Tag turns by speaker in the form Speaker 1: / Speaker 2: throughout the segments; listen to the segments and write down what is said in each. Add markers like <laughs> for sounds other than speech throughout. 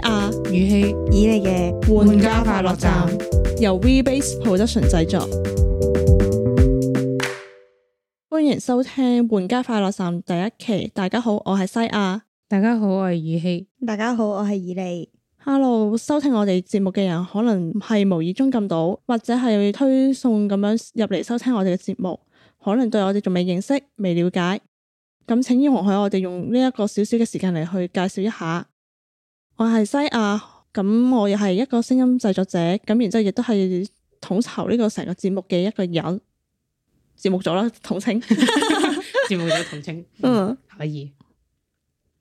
Speaker 1: 語氣，
Speaker 2: 以你嘅
Speaker 1: 玩家快樂站，
Speaker 3: 由 WeBase Production 製作。歡迎收聽《玩家快樂站》第一期。大家好，我係西亞。
Speaker 1: 大家好，我係語氣，
Speaker 2: 大家好，我係以你。
Speaker 3: Hello，收聽我哋節目嘅人，可能係無意中撳到，或者係推送咁樣入嚟收聽我哋嘅節目，可能對我哋仲未認識、未了解。咁請容許我哋用呢一個少少嘅時間嚟去介紹一下。我係西亞，咁我又係一個聲音製作者，咁然之後亦都係統籌呢個成個節目嘅一個人，節目組啦，統稱。
Speaker 1: 節目組同 <laughs> 稱，
Speaker 3: 嗯，
Speaker 1: 可以。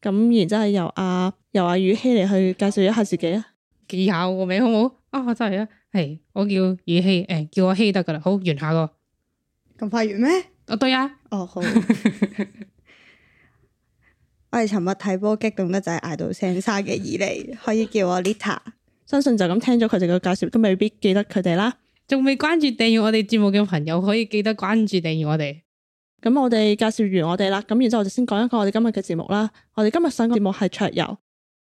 Speaker 3: 咁然之後由阿、由阿雨希嚟去介紹一下自己啊。
Speaker 1: 記下我個名好唔好？啊，真係啊，係我叫語氣，誒、叫我希得噶啦。好，完下個。
Speaker 2: 咁快完咩？
Speaker 1: 哦，對啊，
Speaker 2: 哦，好。 <laughs> 我哋尋日睇波激動得滯，嗌到聲沙嘅以你，可以叫我 Lita。
Speaker 3: 相信就咁聽咗佢哋嘅介紹，都未必記得佢哋啦。
Speaker 1: 仲未關注訂閱我哋節目嘅朋友，可以記得關注訂閱我哋。
Speaker 3: 咁我哋介紹完我哋啦，咁然之後我哋先講一講我哋今日嘅節目啦。我哋今日上嘅節目係桌遊，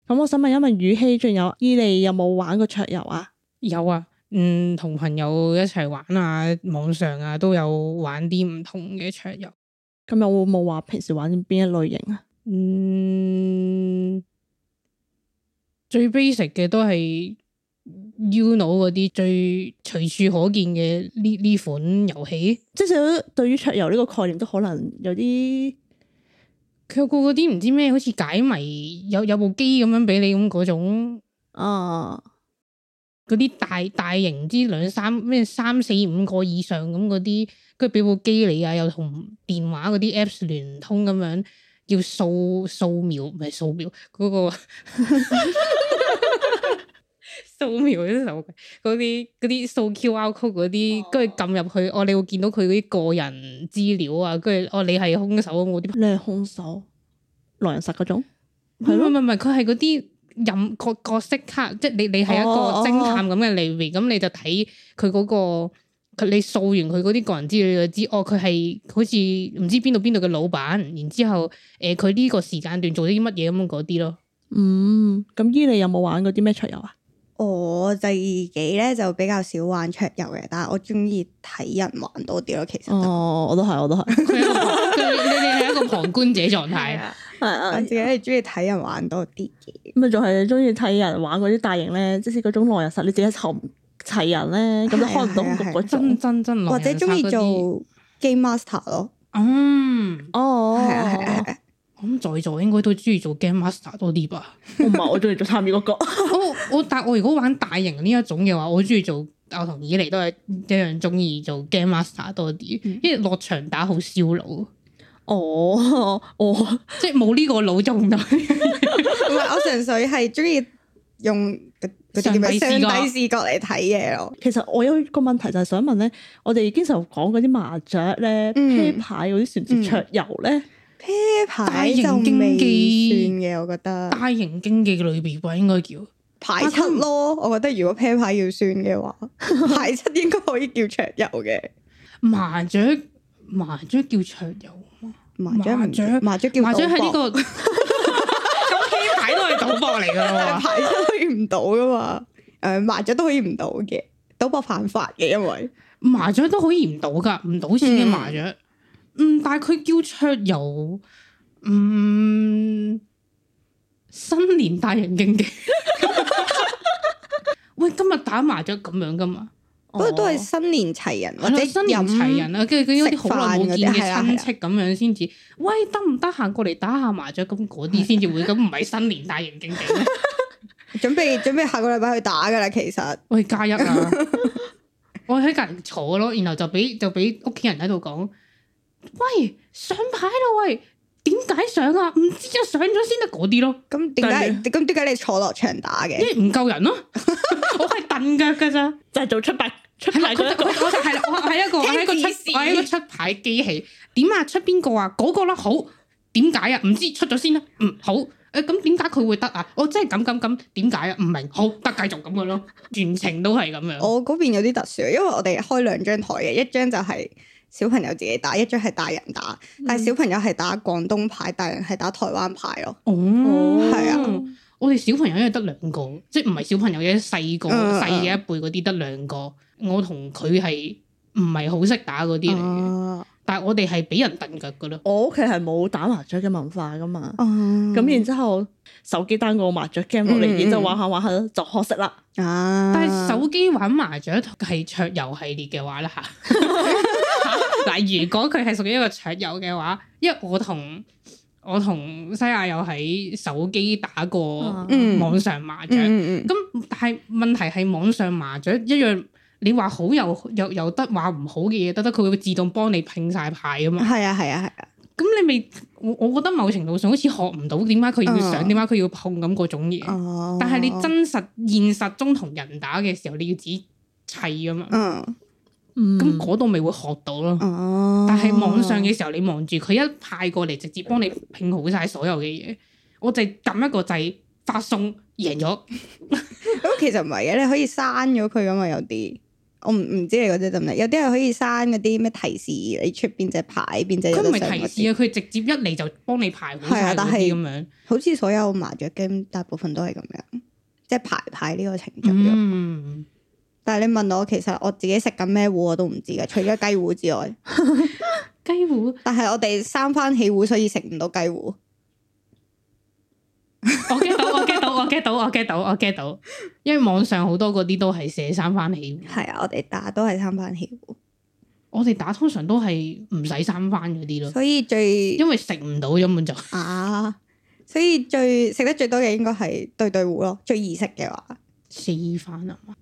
Speaker 3: 咁我想問一問雨希，仲有伊利有冇玩過桌遊啊？
Speaker 1: 有啊，嗯，同朋友一齊玩啊，網上啊都有玩啲唔同嘅桌遊。
Speaker 3: 咁有冇話平時玩邊一類型啊？
Speaker 1: 嗯，最 basic 嘅都係 Uno 嗰啲最隨處可見嘅呢呢款遊戲。
Speaker 3: 即少少對於桌遊呢個概念都可能有啲
Speaker 1: 佢有個嗰啲唔知咩，好似解謎有有部機咁樣俾你咁嗰種，
Speaker 3: 啊，
Speaker 1: 嗰啲大大型之兩三咩三四五個以上咁嗰啲，跟住俾部機你啊，又同電話嗰啲 apps 聯通咁樣，要掃掃描唔係掃描嗰、個 <laughs> 掃描嗰啲手嗰啲嗰啲掃 QR code 嗰啲，跟住撳入去，哦你會見到佢嗰啲個人資料啊，跟住哦你係兇手咁嗰啲。
Speaker 3: 你係兇手狼人殺嗰種，
Speaker 1: 唔係唔係唔係，佢係嗰啲任角角色卡，即係你你係一
Speaker 3: 哦
Speaker 1: 個偵探咁嘅嚟面，咁、你就睇佢嗰個佢你掃完佢嗰啲個人資料，你就知哦，佢係好似唔知邊度邊度嘅老闆，然之後誒佢呢個時間段做咗啲乜嘢咁嗰啲咯。
Speaker 3: 嗯，咁伊利有冇玩過啲咩桌遊啊？
Speaker 2: 我自己咧就比較少玩桌遊嘅，但係我中意睇人玩多啲咯。其實就
Speaker 3: 哦，我都係，我都 <laughs> 係，
Speaker 1: 佢係一個旁佢你你係一個旁觀者狀
Speaker 3: 係
Speaker 1: 態，
Speaker 3: 啊
Speaker 2: 我自己係中意睇人玩多啲嘅。
Speaker 3: 咪就係中意睇人玩嗰啲大型咧，即係嗰種狼人殺，你自己湊齊人咧，咁就
Speaker 2: 啊
Speaker 3: 開唔到局嗰
Speaker 1: 真
Speaker 3: 種。
Speaker 1: 真真
Speaker 2: 或者中
Speaker 1: 中
Speaker 2: 意做 game master 咯，
Speaker 1: 嗯，
Speaker 3: 哦，
Speaker 2: 係啊係啊係啊，
Speaker 1: 我諗在座應該都中意做 game master 多啲吧。
Speaker 3: 我唔係我中意做參與嗰個。
Speaker 1: 我我但我如果玩大型呢一種嘅話，我中意做，我同以嚟都係一樣中意做 game master 多啲，
Speaker 2: 嗯
Speaker 1: 因為落場打好燒腦，
Speaker 3: 哦， <laughs> 哦，
Speaker 1: 即係冇呢個腦做唔到。
Speaker 2: 嗯唔係我純粹係中意用嗰嗰啲叫咩
Speaker 1: 上
Speaker 2: 上
Speaker 1: 帝視角
Speaker 2: 帝視角嚟睇嘢咯。
Speaker 3: 其實我有一個問題就係想問咧，我哋經常講嗰啲麻雀咧、啤
Speaker 2: 嗯
Speaker 3: 牌嗰啲算唔算桌遊咧？
Speaker 2: 啤
Speaker 1: 大
Speaker 2: 牌
Speaker 1: 型
Speaker 2: 就未
Speaker 1: 經
Speaker 2: 算
Speaker 1: 濟
Speaker 2: 嘅，我覺得
Speaker 1: <laughs> 大型經濟類別啩應該叫，
Speaker 2: 排七咯。我覺得如果啤牌要算嘅
Speaker 1: <laughs>
Speaker 2: 話，排七應該可以叫桌遊嘅。
Speaker 1: 麻雀麻雀叫桌遊嘛，
Speaker 2: 麻雀
Speaker 1: 麻
Speaker 2: 唔
Speaker 1: 雀
Speaker 2: 麻雀叫
Speaker 1: 麻雀係呢、
Speaker 2: 賭博
Speaker 1: 個 <laughs> 咁啤牌都係賭博嚟㗎啦喎。
Speaker 2: 但係排七可以唔賭噶嘛？誒麻雀都可以唔賭嘅，賭博犯法嘅，因為
Speaker 1: 麻雀都可以唔賭噶，唔賭錢嘅麻雀。嗯但係佢叫桌遊，嗯，新年大人競技。 <laughs> 喂，今日打麻雀咁樣噶嘛？
Speaker 2: 不過都係
Speaker 3: 哦
Speaker 2: 新年齊人或
Speaker 1: 係
Speaker 2: 者
Speaker 1: 咯，新年齊人啊，跟住佢有啲好耐冇見嘅
Speaker 2: 食飯嗰啲係啊
Speaker 1: 親戚咁樣先至，喂，得唔得閒過嚟打下麻雀？咁嗰啲先至會，咁唔係新年大人競技咩？
Speaker 2: 飲，準備準備下個禮拜去打噶啦。其實
Speaker 1: 喂，加一啊！ <laughs> 我喺隔離坐咯，然後就俾就俾屋企人喺度講：喂，上牌啦！喂，點解上啊？唔知啊，上咗先得嗰啲咯，
Speaker 2: 咁點解咁點解你坐落場打
Speaker 1: 因
Speaker 2: 嘅？
Speaker 1: 為唔夠人 <laughs> 咯。我係蹬腳㗎咋，
Speaker 3: 就係做出牌出
Speaker 1: 係啦
Speaker 3: 牌嗰一
Speaker 1: 佢就
Speaker 3: 個。
Speaker 1: 我就係啦，我係一個我係一個出
Speaker 2: 聽指示
Speaker 1: 我係一個出牌機器。點啊？出邊個啊？嗰個啦，好點解啊？唔知出咗先啦。嗯，好。誒咁點解佢會得啊？我真係咁咁咁點解啊？唔明，好得繼續咁嘅咯，全程都係咁樣。
Speaker 2: 我嗰邊有啲特殊，因為我哋開兩張台嘅，一張就係小朋友自己打，一張係大人打。
Speaker 1: 嗯
Speaker 2: 但係小朋友係打廣東牌，大人係打台灣牌咯。
Speaker 1: 哦
Speaker 2: 係啊，
Speaker 1: 我哋小朋友因為得兩個，即系唔係小朋友嘅細個
Speaker 2: 嗯
Speaker 1: 細嘅一輩嗰啲得兩個。我同佢係唔係好識打嗰啲嚟
Speaker 2: 哦
Speaker 1: 嘅，
Speaker 3: 啊
Speaker 1: 但系我哋係俾人蹬腳噶咯。
Speaker 3: 我屋企係冇打麻雀嘅文化噶嘛，
Speaker 2: 哦
Speaker 3: 咁然之後手機單個麻雀 game 落嚟，
Speaker 2: 嗯嗯
Speaker 3: 然之後玩下玩下就學識啦。
Speaker 2: 啊，
Speaker 1: 但係手機玩麻雀係桌遊系列嘅話啦
Speaker 2: <laughs>
Speaker 1: 吓，嗱如果佢係屬於一個桌遊嘅話，因為我同我同西亞有喺手機打過
Speaker 2: 嗯
Speaker 1: 網上麻雀，咁、
Speaker 2: 嗯嗯
Speaker 1: 但係問題係網上麻雀一樣，你話好又又又得，話唔好嘅嘢得得，佢會自動幫你拼晒牌啊
Speaker 2: 嗯，
Speaker 1: 嘛。
Speaker 2: 係啊係啊係啊，
Speaker 1: 咁你咪我我覺得某程度上好似學唔到點解佢要上，
Speaker 2: 嗯
Speaker 1: 點解佢要碰咁嗰種嘢。嗯
Speaker 2: 哦，
Speaker 1: 但係你真實現實中同人打嘅時候，你要自己砌噶嘛，
Speaker 2: 嗯
Speaker 1: 咁
Speaker 3: 咁
Speaker 1: 嗰度咪會學到咯。
Speaker 2: 哦，
Speaker 1: 但係網上嘅時候，你望住佢一派過嚟，直接幫你拼好晒所有嘅嘢，我就撳一個掣發送贏咗，
Speaker 2: 咁其實唔係嘅，你可以刪咗佢噶嘛，有啲。我唔唔知你嗰啲得唔得，有啲係可以刪嗰啲咩提示，你出邊隻牌邊隻有
Speaker 1: 佢唔係
Speaker 2: 得上嗰
Speaker 1: 提
Speaker 2: 啲
Speaker 1: 示啊，佢直接一嚟就幫你排好晒
Speaker 2: 係啊但
Speaker 1: 嗰
Speaker 2: 係
Speaker 1: 啲咁樣。
Speaker 2: 好似所有麻雀 game 大部分都係咁樣，即係排牌呢個程序咯。
Speaker 1: 嗯，
Speaker 2: 但係你問我，其實我自己食緊咩糊我都唔知嘅，除咗雞糊之外。
Speaker 1: 雞糊，
Speaker 2: 但係我哋三番起糊，所以食唔到雞糊。
Speaker 1: 我 get 到，我 get 到，我 get 到，我 get 到，我 get 到，因為網上好多嗰啲都係寫三番起糊，
Speaker 2: 係啊，我哋打都係三番起糊，
Speaker 1: 我哋打通常都係唔使三番嗰啲咯，
Speaker 2: 所以最
Speaker 1: 因為食唔到根本就。
Speaker 2: 啊，所以最食得最多嘅應該係對對糊咯，最易食嘅話。
Speaker 1: 四番啊嘛！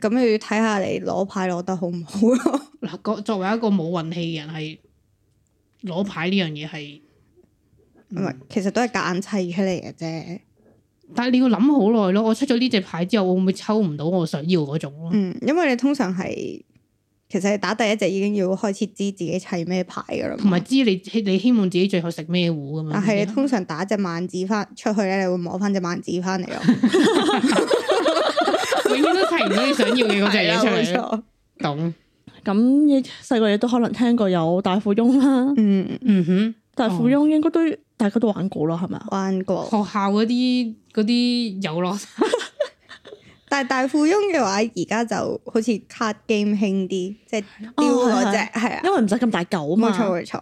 Speaker 2: 咁你要睇下你攞牌攞得好唔好咯。
Speaker 1: 嗱，個作為一個冇運氣嘅人，係攞牌呢樣嘢係，
Speaker 2: <laughs> 唔
Speaker 1: 嗯
Speaker 2: 係，其實都係夾硬砌出嚟嘅啫。
Speaker 1: 但係你要諗好耐咯。我出咗呢隻牌之後，我會唔會抽唔到我想要嗰種咯？
Speaker 2: 嗯，因為你通常係其實你打第一隻已經要開始知自己砌咩牌噶啦嘛。
Speaker 1: 同埋知你你希望自己最後食咩糊咁樣。
Speaker 2: 但啊係你通常打隻萬字翻出去咧，你會摸翻隻萬字翻嚟
Speaker 1: <laughs>
Speaker 2: 咯。
Speaker 1: 永遠都砌唔到你想要嘅嗰隻嘢
Speaker 2: 係啦
Speaker 1: 出
Speaker 2: 冇
Speaker 3: 啊
Speaker 1: 嚟咯。
Speaker 2: 錯。
Speaker 1: 懂？
Speaker 3: 咁你細個嘢都可能聽過有大富翁啦，
Speaker 2: 嗯，
Speaker 1: 嗯哼，
Speaker 3: 大富翁應該都大家都玩過啦，係咪啊？
Speaker 2: 玩過。
Speaker 1: 學校嗰啲嗰啲遊樂，
Speaker 2: 但係大富翁嘅話，而家就好似 card game 興啲，即係丟嗰只
Speaker 3: 哦
Speaker 2: 係
Speaker 1: 嗯
Speaker 2: 啊，
Speaker 3: 因為唔使咁大嚿啊嘛
Speaker 2: 冇。錯冇錯，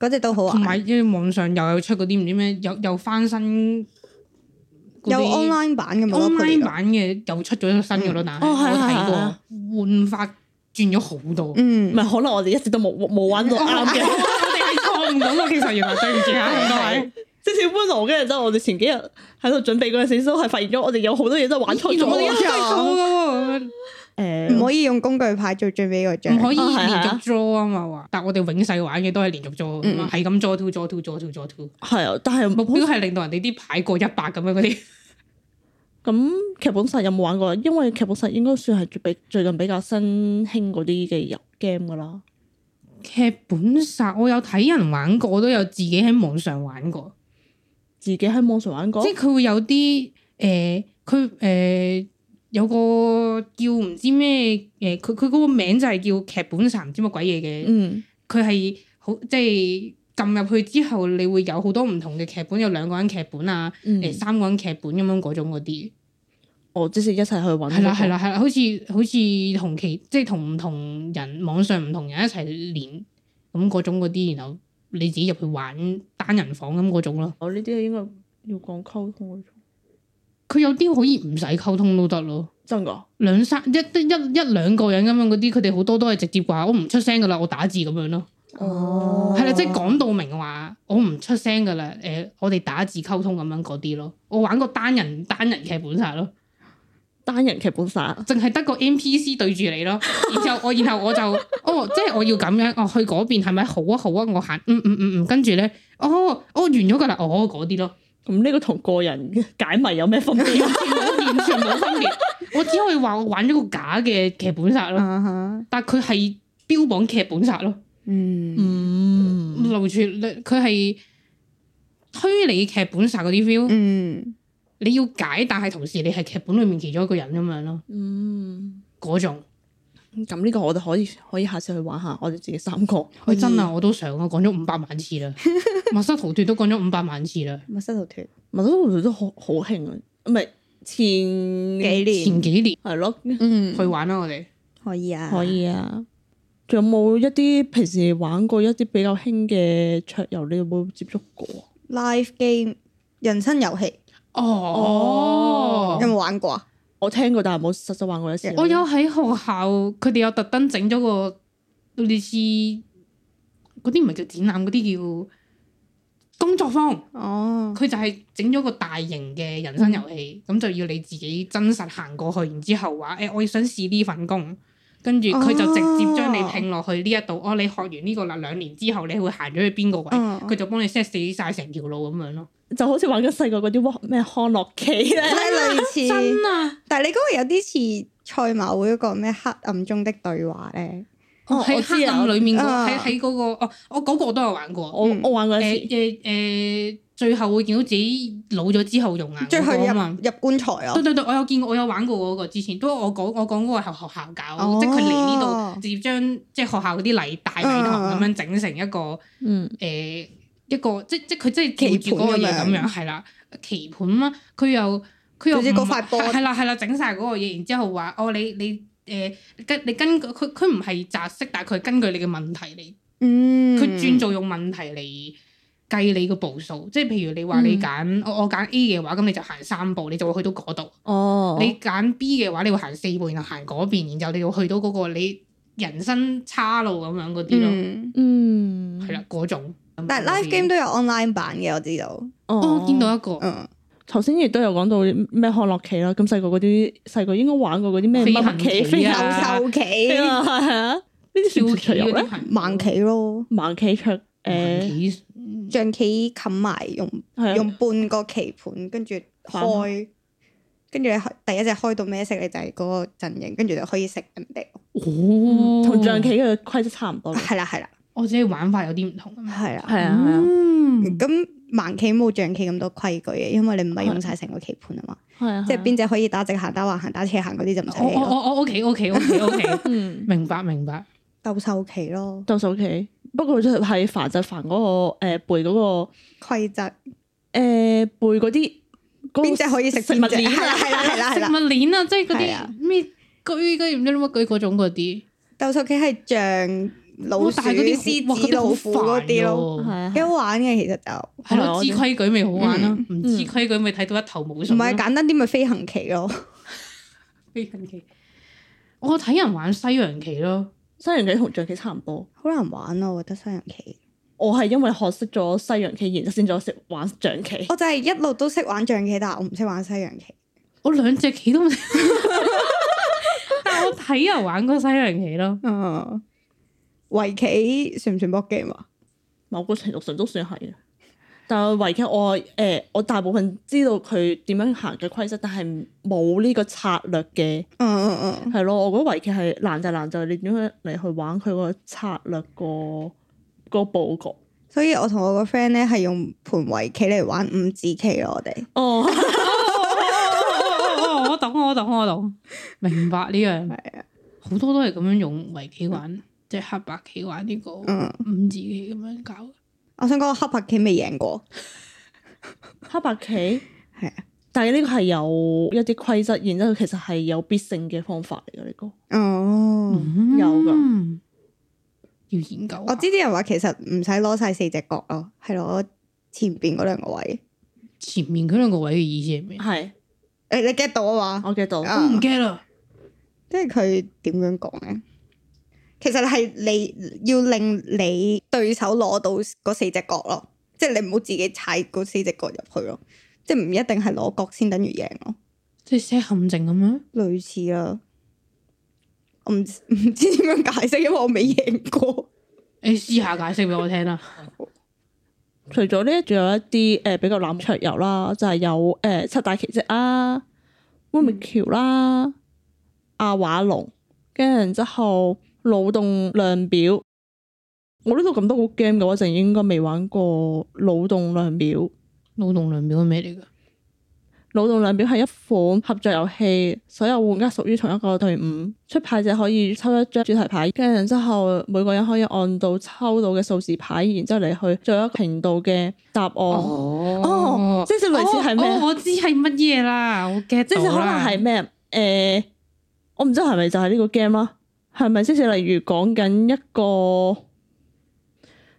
Speaker 2: 嗰只都好
Speaker 1: 同埋
Speaker 2: 玩。
Speaker 1: 因為網上又有出嗰啲唔知咩，又又翻新嗰
Speaker 2: 有
Speaker 1: 啲
Speaker 2: online 版嘅冇
Speaker 3: 啊
Speaker 2: 得
Speaker 1: online
Speaker 2: 配咯。
Speaker 1: 版嘅又出咗新嘅咯，但係
Speaker 3: 哦
Speaker 1: 我
Speaker 3: 係係
Speaker 1: 睇
Speaker 3: 係
Speaker 1: 過換法轉咗好多。
Speaker 3: <laughs> 唔
Speaker 2: 嗯，
Speaker 3: 係，可能我哋一直都冇冇玩
Speaker 1: <laughs>
Speaker 3: 到啱
Speaker 1: 哎我
Speaker 3: 嘅，
Speaker 1: 哋係錯誤咗個技術，原來對唔住啊，各位。
Speaker 3: 即係小搬奴跟住之後，我哋前幾日喺度準備嗰陣時，都係發現咗我哋有好多嘢都係玩錯
Speaker 1: 原來我哋一啊嗯
Speaker 3: 咗。
Speaker 1: 齊錯㗎
Speaker 2: 唔
Speaker 3: 誒，
Speaker 2: 可以用工具牌做最尾嗰
Speaker 1: 喎，唔
Speaker 2: 張。
Speaker 1: 可以
Speaker 3: 哦係係
Speaker 1: 連續 draw 啊嘛話，但我哋永世玩嘅都係連續 draw
Speaker 3: 嗯
Speaker 1: 㗎嘛，係咁 draw two draw two draw two draw two，
Speaker 3: 係啊，但係
Speaker 1: 目標係令到人哋啲牌過一百咁樣嗰啲。
Speaker 3: 咁劇本殺有冇玩過？因為劇本殺應該算係最比最近比較新興嗰啲嘅遊 game 噶啦。
Speaker 1: 劇本殺我有睇人玩過，我都有自己喺網上玩過。
Speaker 3: 自己喺網上玩過
Speaker 1: 即，係佢會有啲誒，佢、誒、有個叫唔知咩誒，佢佢嗰個名就係叫劇本殺唔知乜鬼嘢嘅，
Speaker 3: 嗯，
Speaker 1: 佢係好即係撳入去之後，你會有好多唔同嘅劇本，有兩個人劇本啊，誒、
Speaker 3: 嗯
Speaker 1: 三個人劇本咁樣嗰種嗰啲，
Speaker 3: 我即是一齊去玩。
Speaker 1: 係啦係，啦係啦，好似好似同其即係同唔同人網上唔同人一齊連咁嗰種嗰啲，然後你自己入去玩單人房咁嗰種咯。
Speaker 3: 哦我呢啲應該要講溝通嗰種。
Speaker 1: 佢有啲可以唔使溝通都得咯。
Speaker 3: 真㗎？
Speaker 1: 兩三一一一一兩個人咁樣嗰啲，佢哋好多都係直接話我唔出聲噶啦，我打字咁樣咯。
Speaker 3: 哦
Speaker 1: 係啦、即係講到明話我唔出聲噶啦，誒、我哋打字溝通咁樣嗰啲咯。我玩過單人單人劇本殺咯，
Speaker 3: 單人劇本殺，
Speaker 1: 淨係得個 NPC 對住你咯，然之後我然後我就 <laughs> 哦，即係我要咁樣，哦去嗰邊係咪好啊好啊，我行嗯嗯嗯嗯，跟住咧哦哦完咗噶啦，哦嗰啲咯。
Speaker 3: 咁呢個同個人解謎有咩分別？ <laughs>
Speaker 1: 完全冇分 <laughs> 別，我只可以話我玩咗個假嘅劇本殺咯，
Speaker 2: 啊哈，
Speaker 1: 但佢係標榜劇本殺咯。
Speaker 2: 嗯，
Speaker 3: 嗯，
Speaker 1: 露住佢係推理劇本殺嗰啲 feel，、
Speaker 2: 嗯，
Speaker 1: 你要解，但係同時你係劇本裏面其中一個人咁樣咯，
Speaker 3: 嗯，
Speaker 1: 嗰種
Speaker 3: 咁呢個我哋可以可以下次去玩下，我哋自己三個。
Speaker 1: 喂，真啊，我都想啊，講咗五百萬次 <laughs> 啦，密室逃脱都講咗五百萬次啦。
Speaker 2: 密室逃脱
Speaker 3: 密室逃脱都好好興啊，唔係前
Speaker 2: 幾
Speaker 1: 前
Speaker 2: 年，
Speaker 1: 幾年
Speaker 3: 係咯，
Speaker 2: 嗯
Speaker 1: 去，玩啦，我哋
Speaker 2: 可以啊，
Speaker 3: 可以啊。仲有冇一啲平時玩過一啲比較興嘅桌遊，你有冇接觸過？
Speaker 2: live game 人生遊戲
Speaker 1: 哦
Speaker 3: 哦
Speaker 2: 有，冇玩過啊？
Speaker 3: 我聽過，但係冇實際玩過一次。
Speaker 1: 我有喺學校，佢哋有特登整咗個類似嗰啲唔係叫展覽，嗰啲叫工作坊。
Speaker 2: 哦，
Speaker 1: 佢就係整咗個大型嘅人生遊戲，咁就要你自己真實行過去，然之後話誒、我想試呢份工，跟住佢就直接將你拼落去呢一度，哦，你學完呢個啦，兩年之後你會行咗去邊個位，
Speaker 2: 嗯
Speaker 1: <laughs> 佢、就幫你 set 死晒成條路咁樣咯。
Speaker 3: 就好似玩緊細個嗰啲咩康樂棋咧
Speaker 2: 即，係類似，
Speaker 1: 真啊，
Speaker 2: 但係你嗰個有啲似賽馬會嗰個咩黑暗中的對話咧，
Speaker 3: 哦
Speaker 1: 喺、
Speaker 3: 我知
Speaker 1: 黑
Speaker 3: 啊
Speaker 1: 暗裡面嗰
Speaker 2: 啊
Speaker 1: 喺喺嗰個哦，我嗰個我都有玩過，
Speaker 3: 我我玩過
Speaker 1: 誒
Speaker 3: 一次。
Speaker 1: 誒誒，最後會見到自己老咗之後用眼
Speaker 2: 最後
Speaker 1: 嗰個
Speaker 2: 入
Speaker 1: 啊嘛。
Speaker 2: 入棺材啊
Speaker 1: 對！對對，我有見過，我有玩過嗰、個之前，都我講我講嗰個係學校搞，
Speaker 2: 哦
Speaker 1: 即係佢嚟呢度直接將即係學校嗰啲禮大禮堂咁樣整成一個誒、
Speaker 3: 嗯，
Speaker 1: 呃一個，即即佢即係
Speaker 2: 棋
Speaker 1: 照住嗰個嘢
Speaker 2: 盤
Speaker 1: 咁
Speaker 2: 咁樣
Speaker 1: 樣係啦，棋盤啦，佢又佢又
Speaker 2: 總之嗰
Speaker 1: 唔
Speaker 2: 塊波
Speaker 1: 係係啦係啦，整晒嗰個嘢，然之後話哦你你誒跟、你根據佢佢唔係擲色，但係佢根據你嘅問題嚟
Speaker 2: 嗯，
Speaker 1: 佢專做用問題嚟計你個步數，即係譬如你話
Speaker 2: 嗯
Speaker 1: 你揀、我我揀 A 嘅話，咁你就行三步，你就會去到嗰度。
Speaker 3: 哦，
Speaker 1: 你揀 B 嘅話，你會行四步，然後行嗰邊，然之後你要去到嗰個你人生岔路咁樣嗰啲咯，
Speaker 2: 嗯，
Speaker 3: 嗯，
Speaker 1: 係啦嗰種。
Speaker 2: 但係 live game 都有 online 版嘅，我知道，
Speaker 1: 哦，我見到一個
Speaker 2: 嗯，
Speaker 3: 頭先亦都有講到咩康樂棋啦，咁細個嗰啲細個應該玩過嗰啲咩
Speaker 1: 飛
Speaker 3: 乜
Speaker 1: 行
Speaker 3: 乜棋、
Speaker 1: 棋
Speaker 3: 飛
Speaker 2: 鬥
Speaker 1: 啊
Speaker 3: 行
Speaker 2: 獸棋
Speaker 3: 棋、啊，係啊，呢啲算唔算
Speaker 1: 跳棋
Speaker 3: 桌遊
Speaker 1: 嗰
Speaker 3: 咧
Speaker 1: 啲？行
Speaker 2: 盲棋咯。
Speaker 3: 盲棋桌
Speaker 1: 盲
Speaker 3: 誒，
Speaker 1: 棋
Speaker 2: 象棋冚埋，用
Speaker 1: <laughs>
Speaker 3: 係
Speaker 2: 用
Speaker 3: 啊
Speaker 2: 半個棋盤，跟住開，跟住你開第一隻開到咩色，你就係嗰個陣營，跟住就可以食人哋。
Speaker 1: 哦，
Speaker 3: 同象棋嘅規則差唔多。
Speaker 2: 係啦係啦
Speaker 1: 我哦只係玩法有啲唔同啊嘛。
Speaker 2: 係啦。
Speaker 3: 係啊係啊
Speaker 1: 嗯，
Speaker 2: 咁盲棋冇象棋咁多規矩嘅，因為你唔係用晒成個棋盤啊嘛，
Speaker 3: 係
Speaker 1: 嗯
Speaker 3: 啊，
Speaker 2: 即係邊隻可以打直行、打橫行、打斜行嗰啲就唔使
Speaker 1: 我
Speaker 2: 理
Speaker 1: 我
Speaker 2: 咯。
Speaker 1: 我我 OK OK OK 哦 OK，
Speaker 3: 嗯
Speaker 1: 明白明白。
Speaker 2: 鬥獸棋咯，
Speaker 3: 鬥獸棋，不過就係煩就煩嗰個誒背嗰個
Speaker 2: 規則
Speaker 1: 哦
Speaker 3: 誒背嗰啲嗰個
Speaker 2: 邊隻可以食
Speaker 3: 食物
Speaker 2: 邊隻，
Speaker 3: 鏈
Speaker 2: 係啦
Speaker 3: 啊，
Speaker 2: 係啦係啦
Speaker 1: 食
Speaker 2: 係啦。
Speaker 1: 物鏈啊，即係嗰
Speaker 2: 係啊
Speaker 1: 啲咩居居唔知乜居嗰種嗰啲，
Speaker 2: 鬥獸棋係象、老
Speaker 1: 哇
Speaker 2: 鼠、
Speaker 1: 但係嗰啲
Speaker 2: 獅
Speaker 1: 哇嗰
Speaker 2: 子、
Speaker 1: 啲
Speaker 2: 老
Speaker 1: 好
Speaker 2: 虎嗰啲咯，
Speaker 3: 係
Speaker 1: 煩喎
Speaker 3: 啊
Speaker 2: 幾好玩嘅其實就。
Speaker 1: 係
Speaker 3: 係
Speaker 1: 咯，
Speaker 3: 我
Speaker 1: 知
Speaker 3: 哋
Speaker 1: 規矩咪好玩咯，唔知
Speaker 3: 嗯
Speaker 1: 規矩咪睇到一頭冇
Speaker 2: 唔
Speaker 1: 水。
Speaker 2: 係簡單啲咪飛行棋咯，
Speaker 1: 飛行棋，我睇人玩西洋棋咯，
Speaker 3: 西洋棋同象棋差唔多。
Speaker 2: 好難玩啊！我覺得西洋棋，
Speaker 3: 我係因為學識咗西洋棋，然之後先再識玩象棋。
Speaker 2: 我就係一路都識玩象棋，但係我唔識玩西洋棋。
Speaker 1: 我兩隻棋都唔識，但我睇人玩過西洋棋咯。
Speaker 2: 嗯，圍棋算唔算 board game 啊？
Speaker 3: 某個程度上都算係嘅。但係圍棋我誒、呃我大部分知道佢點樣行嘅規則，但係冇呢個策略嘅
Speaker 2: 嗯嗯嗯，
Speaker 3: 係咯。我覺得圍棋係難就難在你點樣嚟去玩佢個策略個個佈局。
Speaker 2: 所以我同我個 friend 咧係用盤圍棋嚟玩五子棋咯，我哋
Speaker 3: 哦， <laughs>
Speaker 1: 哦哦我懂我懂我懂，明白呢樣。
Speaker 2: 係啊，
Speaker 1: 好多都係咁樣用圍棋玩，即係黑白棋玩呢個五
Speaker 2: 嗯，
Speaker 1: 子棋咁樣搞。
Speaker 2: 我想講我黑白棋未贏過，
Speaker 3: 黑白棋
Speaker 2: 係啊，
Speaker 3: 但係呢個係有一啲規則，然之後其實係有必勝嘅方法嚟嘅呢個。
Speaker 2: 哦，
Speaker 1: 嗯
Speaker 3: 有㗎
Speaker 1: 要研究下。
Speaker 2: 我知啲人話其實唔使攞晒四隻角咯，係攞前邊嗰兩個位，
Speaker 1: 前面嗰兩個位嘅意思係咩？
Speaker 3: 係，
Speaker 2: 你你 get 到啊嘛？
Speaker 3: 我記到。
Speaker 2: 啊
Speaker 1: 我唔 get 啦。
Speaker 2: 即係佢點樣講咧？其實係你要令你對手攞到嗰四隻角咯，即係你唔好自己踩嗰四隻角入去咯，即係唔一定係攞角先等於贏咯，
Speaker 1: 即係 set 陷阱咁樣。
Speaker 2: 類似啦。我唔唔知點樣解釋，因為我未贏過。
Speaker 1: 你試下解釋俾我聽啦。
Speaker 3: 除咗呢，仲有一啲誒、呃比較冷桌遊啦，就係、有誒、呃七大奇蹟啦、烏米橋啦、阿瓦隆，跟住然之後腦洞量表。我呢度咁多個 game 嘅話，就應該未玩過腦洞量表。
Speaker 1: 腦洞量表係咩嚟㗎？
Speaker 3: 腦洞量表係一款合作遊戲，所有玩家屬於同一個隊伍。出牌者可以抽一張主題牌，跟住然之後每個人可以按到抽到嘅數字牌，然之後你去做一個程度嘅答案。哦即係類似係咩
Speaker 1: 哦哦我知係乜嘢啦，我 get
Speaker 3: 即
Speaker 1: 到
Speaker 3: 係可能
Speaker 1: 啦
Speaker 3: 係咩？誒、我唔知係咪就係呢個 game 啦，係咪即係例如講緊一個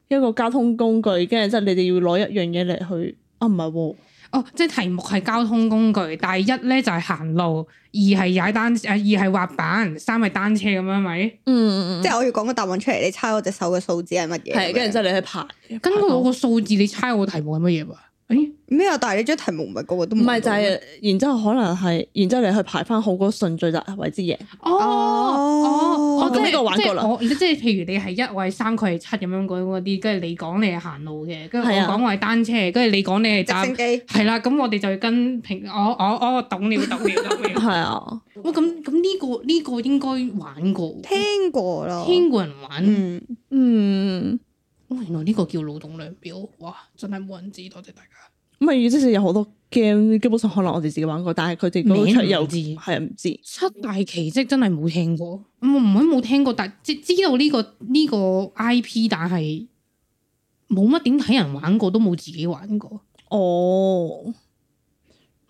Speaker 3: 一個交通工具，跟住即係你哋要攞一樣嘢嚟去啊？唔係喎，
Speaker 1: 哦，即係題目係交通工具，但係一咧就係行路，二係踩單，誒二係滑板，三係單車咁樣咪？
Speaker 3: 嗯，
Speaker 2: 即係我要講個答案出嚟，你猜我隻手嘅數字係乜嘢？
Speaker 3: 係，跟住之
Speaker 2: 後
Speaker 3: 後你去排，
Speaker 1: 根據我
Speaker 3: 唔
Speaker 1: 個數字，你猜我題目係乜嘢吧？誒，
Speaker 2: 咩啊？但係你張題目唔係個個都唔
Speaker 3: 係就係，然之後可能係，然之後你去排翻好嗰個順序就為之贏。
Speaker 1: 哦哦，哦
Speaker 3: 咁呢個玩過啦
Speaker 1: 即係我即係譬如你係一，我係三，佢係七咁樣嗰嗰啲，跟住你講你係行路嘅，跟住我
Speaker 3: 係啊
Speaker 1: 講我係單車，跟住你講你係
Speaker 2: 直
Speaker 1: 搭
Speaker 2: 升，機。
Speaker 1: 係啦，咁我哋就要跟平，我我我懂了懂了懂 <laughs> 了。
Speaker 3: 係啊，
Speaker 1: 哇，咁咁呢個呢個應該玩過喎，
Speaker 2: 聽過咯，
Speaker 1: 聽過人玩。
Speaker 2: 嗯，
Speaker 3: 嗯，
Speaker 1: 哦，原來呢個叫腦洞量表，哇！真係冇人知，多謝大家。
Speaker 3: 咁啊，即係有好多 game，基本上可能我哋自己玩過，但係佢哋嗰個出
Speaker 1: 名
Speaker 3: 遊
Speaker 1: 唔知
Speaker 3: 係啊唔知。
Speaker 1: 七大奇蹟真係冇聽過，嗯我唔係冇聽過，但即知道呢、個呢、個 I P，但係冇乜點睇人玩過，都冇自己玩過。
Speaker 3: 哦，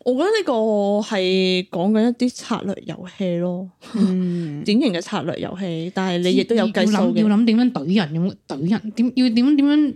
Speaker 3: 我覺得呢個係講緊一啲策略遊戲咯，
Speaker 2: 嗯
Speaker 3: 典型嘅策略遊戲，但係你亦都有計
Speaker 1: 要
Speaker 3: 數
Speaker 1: 諗要
Speaker 3: 嘅。
Speaker 1: 諗點樣懟人咁懟人，點要點樣點樣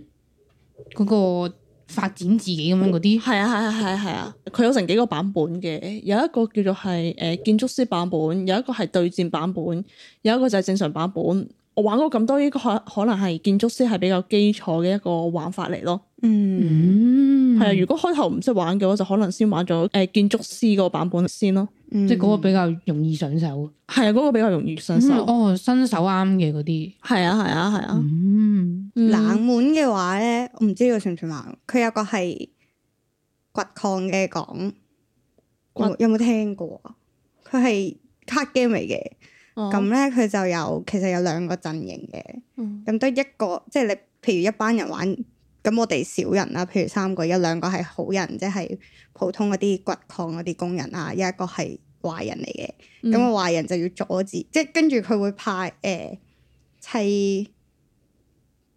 Speaker 1: 嗰個發展自己咁樣嗰啲。
Speaker 3: 係啊係啊係啊係啊，佢有成幾個版本嘅，有一個叫做係诶建築師版本，有一個係對戰版本，有一個就係正常版本。我玩過咁多，呢個可可能係建築師係比較基礎嘅一個玩法嚟咯。
Speaker 2: 嗯
Speaker 1: 嗯，
Speaker 3: 係啊，如果開頭唔識玩嘅話，就可能先玩咗诶建築師個版本先咯。
Speaker 2: 嗯
Speaker 1: 即係嗰個比較容易上手。
Speaker 3: 係啊，嗰、個比較容易上手。
Speaker 1: 嗯哦，新手啱嘅嗰啲。
Speaker 3: 係啊係啊係啊，
Speaker 1: 嗯，
Speaker 3: 嗯
Speaker 2: 冷門嘅話咧，我唔知呢個算唔算冷。佢有個係掘礦嘅講，有冇有冇聽過啊？佢係卡 game 嚟嘅，
Speaker 3: 哦
Speaker 2: 咁咧佢就有其實有兩個陣營嘅，
Speaker 3: 嗯
Speaker 2: 咁得一個即係你譬如一班人玩，咁我哋少人啦，譬如三個，有兩個係好人，即係普通嗰啲掘礦嗰啲工人啊，有一個係壞人嚟嘅。
Speaker 3: 嗯
Speaker 2: 咁個壞人就要阻止，即係跟住佢會派誒、呃砌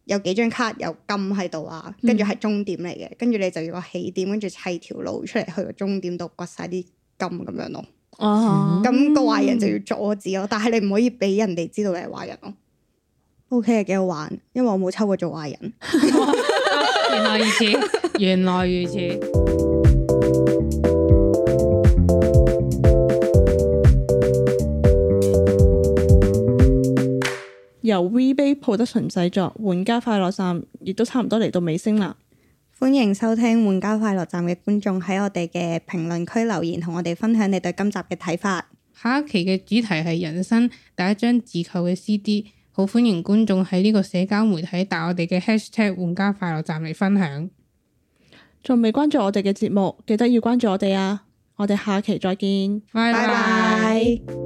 Speaker 2: 有幾張卡有金喺度啊，跟住係終點嚟嘅，跟住你就要個起點，跟住砌條路出嚟去個終點度掘晒啲金咁樣咯。
Speaker 3: 哦
Speaker 2: 咁、個壞人就要阻止咯，但係你唔可以俾人哋知道你係壞人咯。O K 係幾好玩，因為我冇抽過做壞人。
Speaker 1: <laughs> 原來如此，原來如此。
Speaker 3: 由 WeBay Production 製作，玩家快樂站亦都差唔多嚟到尾聲啦。
Speaker 2: 歡迎收聽《玩家快樂站》嘅觀眾喺我哋嘅評論區留言，同我哋分享你對今集嘅睇法。
Speaker 1: 下一期嘅主題係人生第一張自購嘅 CD，好歡迎觀眾喺呢個社交媒體打我哋嘅 hashtag 玩家快樂站嚟分享。
Speaker 3: 仲未關注我哋嘅節目，記得要關注我哋啊！我哋下期再見。
Speaker 1: 拜
Speaker 2: 拜拜。